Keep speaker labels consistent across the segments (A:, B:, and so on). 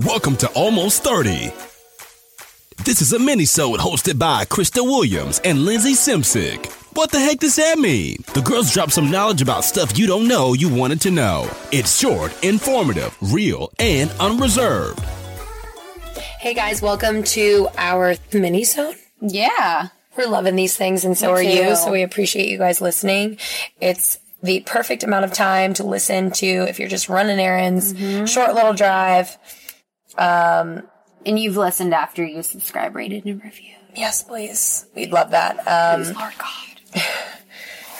A: Welcome to Almost 30. This is a mini-sode hosted by Krista Williams and Lindsay Simsick. What the heck does that mean? The girls drop some knowledge about stuff you don't know you wanted to know. It's short, informative, real, and unreserved.
B: Hey guys, welcome to our mini zone.
C: Yeah.
B: We're loving these things and so
C: Me
B: are
C: too.
B: you. So we appreciate you guys listening. It's the perfect amount of time to listen to if you're just running errands,
C: Mm-hmm.
B: short little drive.
C: And you've listened after you subscribe, rated, and reviewed.
B: Yes, please. We'd love that. Um,
C: Lord God.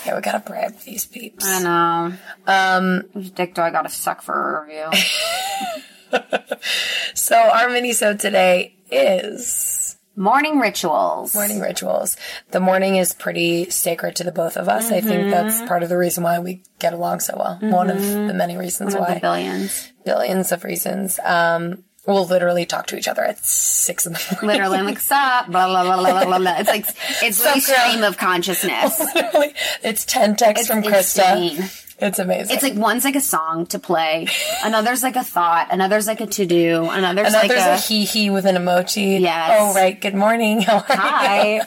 B: yeah, we gotta bribe these peeps.
C: I know. Um, dick do I gotta suck for a review?
B: So our mini sode today is
C: Morning rituals.
B: morning rituals. The morning is pretty sacred to the both of us. I
C: Mm-hmm.
B: think that's part of the reason why we get along so well. One of the many reasons
C: One of
B: why.
C: the billions.
B: billions of reasons. Um, we'll literally talk to each other at six in the morning.
C: Literally, I'm like, sup, blah, blah, blah, blah, blah, blah, blah. It's like, it's
B: Sup,
C: like
B: girl.
C: stream of consciousness.
B: Literally, it's ten texts
C: It's
B: from Krista.
C: insane.
B: It's amazing.
C: It's like one's like a song to play, another's like a thought, another's like a to do, another's
B: and
C: like
B: there's
C: a,
B: a, hee hee with an emoji.
C: Yes.
B: Oh right. Good morning. How are you?
C: hi.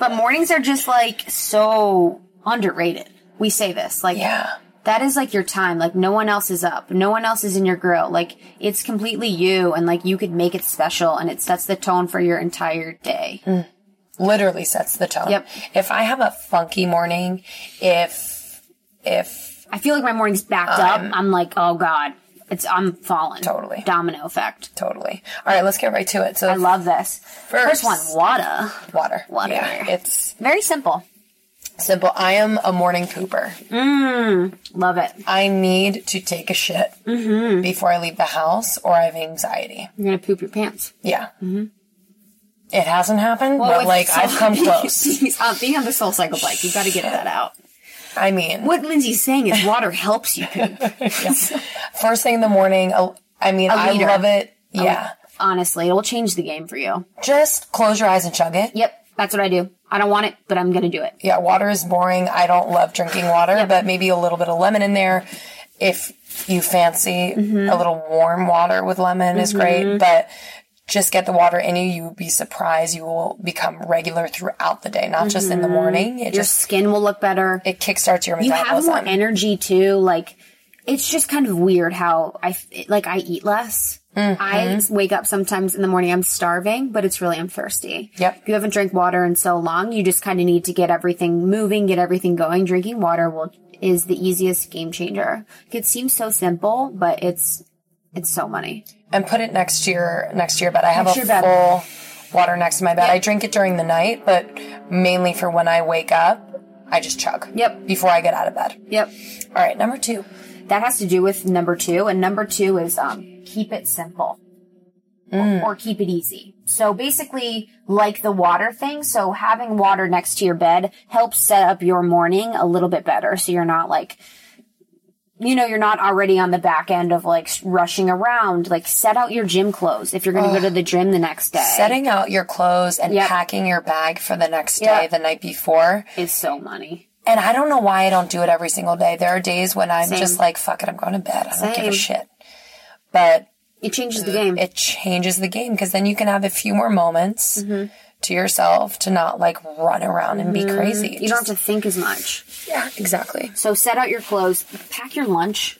C: but mornings are just like so underrated. We say this like
B: Yeah.
C: that is like your time. Like no one else is up. No one else is in your grill. Like it's completely you and like you could make it special and it sets the tone for your entire day.
B: Mm. Literally sets the tone.
C: Yep.
B: If I have a funky morning, if if
C: I feel like my morning's backed up. I'm like, oh God. It's I'm falling.
B: Totally.
C: Domino effect.
B: totally. All right, let's get right to it. So
C: I love this.
B: First-
C: First, one, water.
B: water.
C: Water.
B: Yeah. It's
C: Very simple.
B: simple. I am a morning pooper.
C: Love it.
B: I need to take a shit
C: Mm-hmm.
B: before I leave the house or I have anxiety.
C: You're gonna poop your pants.
B: Yeah.
C: Mm-hmm.
B: It hasn't happened, but like I've come close.
C: uh, being on the soul cycle bike, you gotta get that out.
B: I mean,
C: What Lindsay's saying is water helps you poop.
B: first thing in the morning, a- I mean, I
C: liter.
B: love it. Yeah.
C: Honestly, it'll change the game for you.
B: Just close your eyes and chug it.
C: Yep, that's what I do. I don't want it, but I'm gonna do it.
B: Yeah, water is boring. I don't love drinking water, but maybe a little bit of lemon in there if you fancy
C: Mm-hmm.
B: a little warm water with lemon is great, but just get the water in you. You will be surprised. You will become regular throughout the day, not just in the morning. It
C: Your
B: just
C: skin will look better.
B: it kickstarts your
C: Mm-hmm. You have
B: metabolism.
C: more energy too. Like, it's just kind of weird how I f- like I eat less. I
B: Mm-hmm.
C: wake up sometimes in the morning. I'm starving, but it's really I'm thirsty.
B: Yep.
C: You haven't drank water in so long. You just kind of need to get everything moving, get everything going. Drinking water will is the easiest game changer. It seems so simple, but it's it's so money.
B: and put it next to your next to your bed. I have
C: Next
B: a
C: to your bed.
B: full water next to my bed. I drink it during the night, but mainly for when I wake up, I just chug.
C: Yep.
B: Before I get out of bed.
C: Yep.
B: All right, number two.
C: that has to do with number two and number two is um, keep it simple or, or keep it easy so basically like the water thing so having water next to your bed helps set up your morning a little bit better so you're not like you know you're not already on the back end of like sh- rushing around like set out your gym clothes if you're going to go to the gym the next day
B: Setting out your clothes and
C: Yep.
B: packing your bag for the next day,
C: Yeah.
B: the night before.
C: is so money
B: And I don't know why I don't do it every single day. There are days when I'm just like, fuck it, I'm going to bed. I don't give
C: Same.
B: a shit. But
C: it changes the game
B: it changes the game because then you can have a few more moments
C: Mm-hmm.
B: to yourself to not like run around and be crazy.
C: you don't have to think as much
B: Yeah, exactly.
C: So set out your clothes, pack your lunch,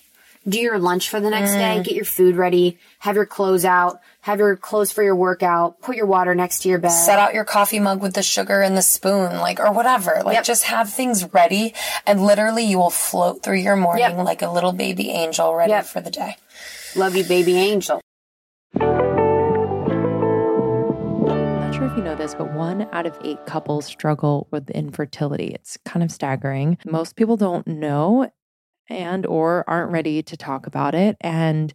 C: do your lunch for the next
B: Mm.
C: day, get your food ready, have your clothes out, have your clothes for your workout, put your water next to your bed.
B: Set out your coffee mug with the sugar and the spoon, like, or whatever. Like,
C: Yep.
B: just have things ready, and literally, you will float through your morning
C: Yep.
B: like a little baby angel ready
C: Yep.
B: for the day.
C: Love you, baby angel.
D: I'm not sure if you know this, but one out of eight couples struggle with infertility. It's kind of staggering. Most people don't know and or aren't ready to talk about it and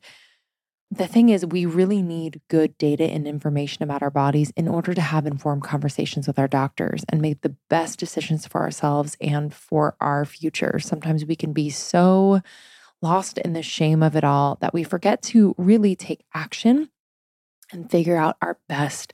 D: the thing is we really need good data and information about our bodies in order to have informed conversations with our doctors and make the best decisions for ourselves and for our future sometimes we can be so lost in the shame of it all that we forget to really take action and figure out our best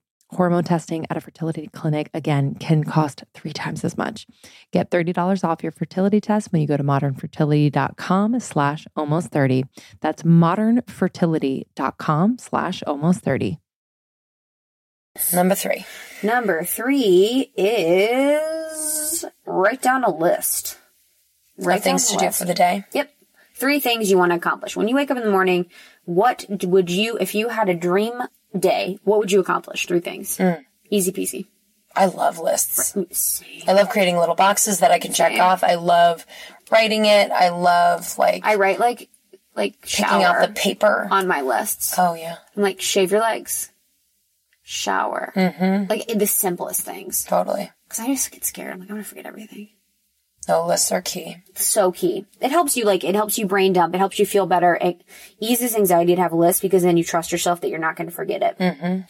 D: Hormone testing at a fertility clinic, again, can cost three times as much. Get $30 off your fertility test when you go to modernfertility.com slash almost 30. That's modernfertility.com slash almost 30.
B: Number three.
C: Number three is write down a list.
B: Of
C: Write down
B: things
C: a
B: to do
C: list.
B: for the day.
C: Yep. Three things you want to accomplish. When you wake up in the morning, what d- would you, if you had a dream day, what would you accomplish? Three things.
B: Mm.
C: Easy peasy.
B: I love lists.
C: Let me see.
B: I love creating little boxes that I can check off. I love writing it. I love like
C: I write like, like
B: picking
C: shower
B: out the paper.
C: on my lists.
B: Oh yeah,
C: I'm like, shave your legs, shower. Like the simplest things.
B: totally.
C: Cause I just get scared. I'm like, I'm gonna forget everything.
B: No lists are key.
C: so key. It helps you like it helps you brain dump. It helps you feel better. It eases anxiety to have a list because then you trust yourself that you're not going to forget it. Mm-hmm.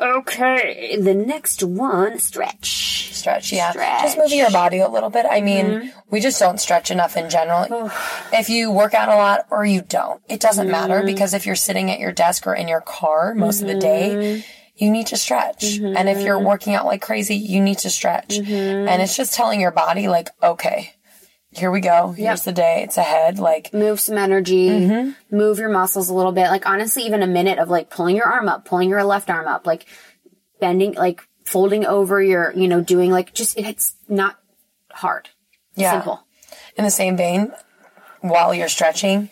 C: Okay, the next one stretch.
B: Stretch, yeah.
C: Stretch. Mm-hmm.
B: Just move your body a little bit. I mean, we just don't stretch enough in general. if you work out a lot or you don't, it doesn't matter
C: Mm-hmm.
B: because if you're sitting at your desk or in your car most of the day,
C: Mm-hmm.
B: you need to stretch. And if you're working out like crazy, you need to stretch.
C: Mm-hmm.
B: And it's just telling your body, like, okay, here we go. Here's the day. It's ahead. Like,
C: Move some energy.
B: Mm-hmm.
C: Move your muscles a little bit. Like honestly, even a minute of like pulling your arm up, pulling your left arm up, like bending, like folding over your, you know, doing like just it's not hard.
B: yeah.
C: Simple.
B: In the same vein, while you're stretching,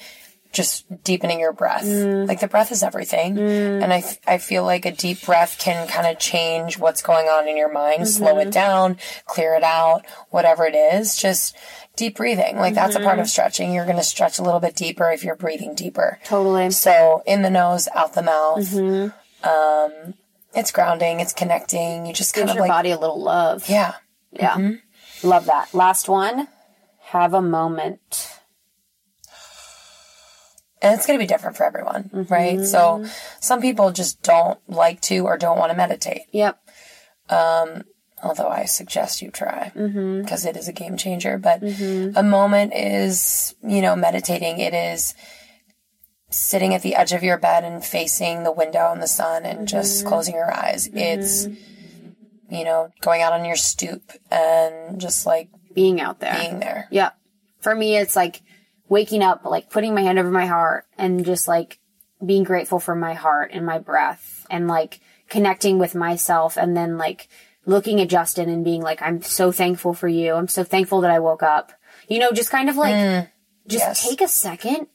B: just deepening your breath.
C: Mm.
B: Like the breath is everything. And I, f- I feel like a deep breath can kind of change what's going on in your mind, slow
C: Mm-hmm.
B: it down, clear it out, whatever it is. Just deep breathing. Like that's a part
C: Mm-hmm.
B: of stretching. You're going to stretch a little bit deeper if you're breathing deeper.
C: Totally.
B: So in the nose, out the mouth. Um,
C: Mm-hmm.
B: it's grounding, it's connecting. You just kind
C: Give
B: of
C: your
B: like,
C: body a little love.
B: yeah. Mm-hmm.
C: Yeah. Love that. Last one. Have a moment.
B: and it's going to be different for everyone,
C: Mm-hmm.
B: right? So some people just don't like to or don't want to meditate,
C: Yep.
B: although I suggest you try because
C: Mm-hmm.
B: is a game changer. But a moment is, you know, meditating. It is sitting at the edge of your bed and facing the window and the sun and just
C: Mm-hmm.
B: closing your eyes. It's, you know, going out on your stoop and just like
C: Being out there.
B: being there.
C: Yep. For me, it's like waking up, like putting my hand over my heart and just like being grateful for my heart and my breath and like connecting with myself and then like looking at Justin and being like, I'm so thankful for you. I'm so thankful that I woke up. You know, just kind of like, just
B: Mm, yes.
C: take a second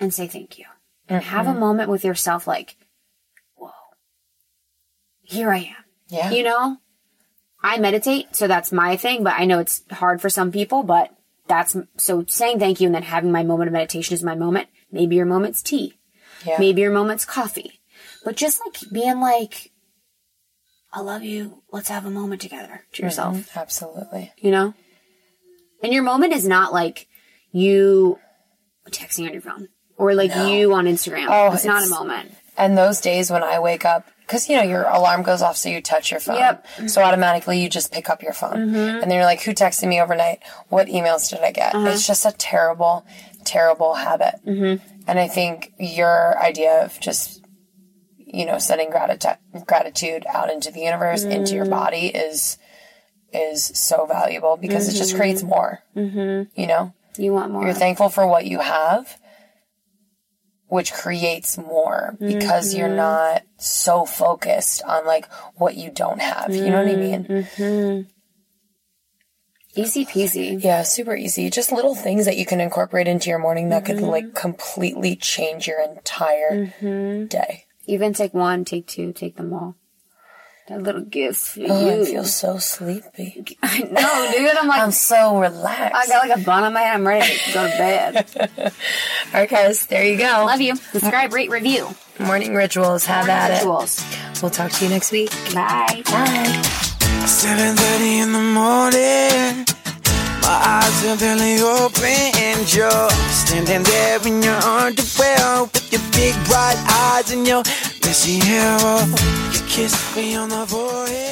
C: and say thank you and have a moment with yourself like, whoa, here I am
B: Yeah.
C: you know i meditate so that's my thing but i know it's hard for some people but that's so saying thank you and then having my moment of meditation is my moment maybe your moment's tea
B: yeah.
C: maybe your moment's coffee but just like being like i love you let's have a moment together
B: Mm-hmm.
C: to yourself
B: Oh, Absolutely.
C: you know and your moment is not like you texting on your phone or like you on instagram
B: Oh,
C: it's not a
B: it's-
C: moment
B: And those days when I wake up because you know your alarm goes off, so you touch your phone.
C: Yep.
B: So automatically you just pick up your phone, and then you're like, "Who texted me overnight? What emails did I get?" It's just a terrible, terrible habit. Uh-huh. Mm-hmm. And I think your idea of just you know sending gratitude gratitude out into the universe, into your body is is so valuable because it just creates more. Mm-hmm. You know,
C: You want more.
B: you're thankful for what you have, which creates more because you're not so focused on like what you don't have. You know what I mean?
C: Easy peasy.
B: Yeah, super easy. Just little things that you can incorporate into your morning that could like completely change your entire day.
C: Even take one, take two, take them all. That little gift for
B: Oh,
C: you.
B: I feel so sleepy.
C: I know, dude. I'm like,
B: I'm so relaxed.
C: I got like a bun on my head. I'm ready to go to bed.
B: All right, guys, there you go.
C: Love you. Subscribe, rate, review.
B: Morning rituals. Have at
C: Rituals.
B: it. We'll talk to you next week.
C: Bye.
B: Bye.
E: 7.30 in the morning My eyes are barely open And you're standing there in your underwear With your big bright eyes and your messy hair oh, Your kiss me on the forehead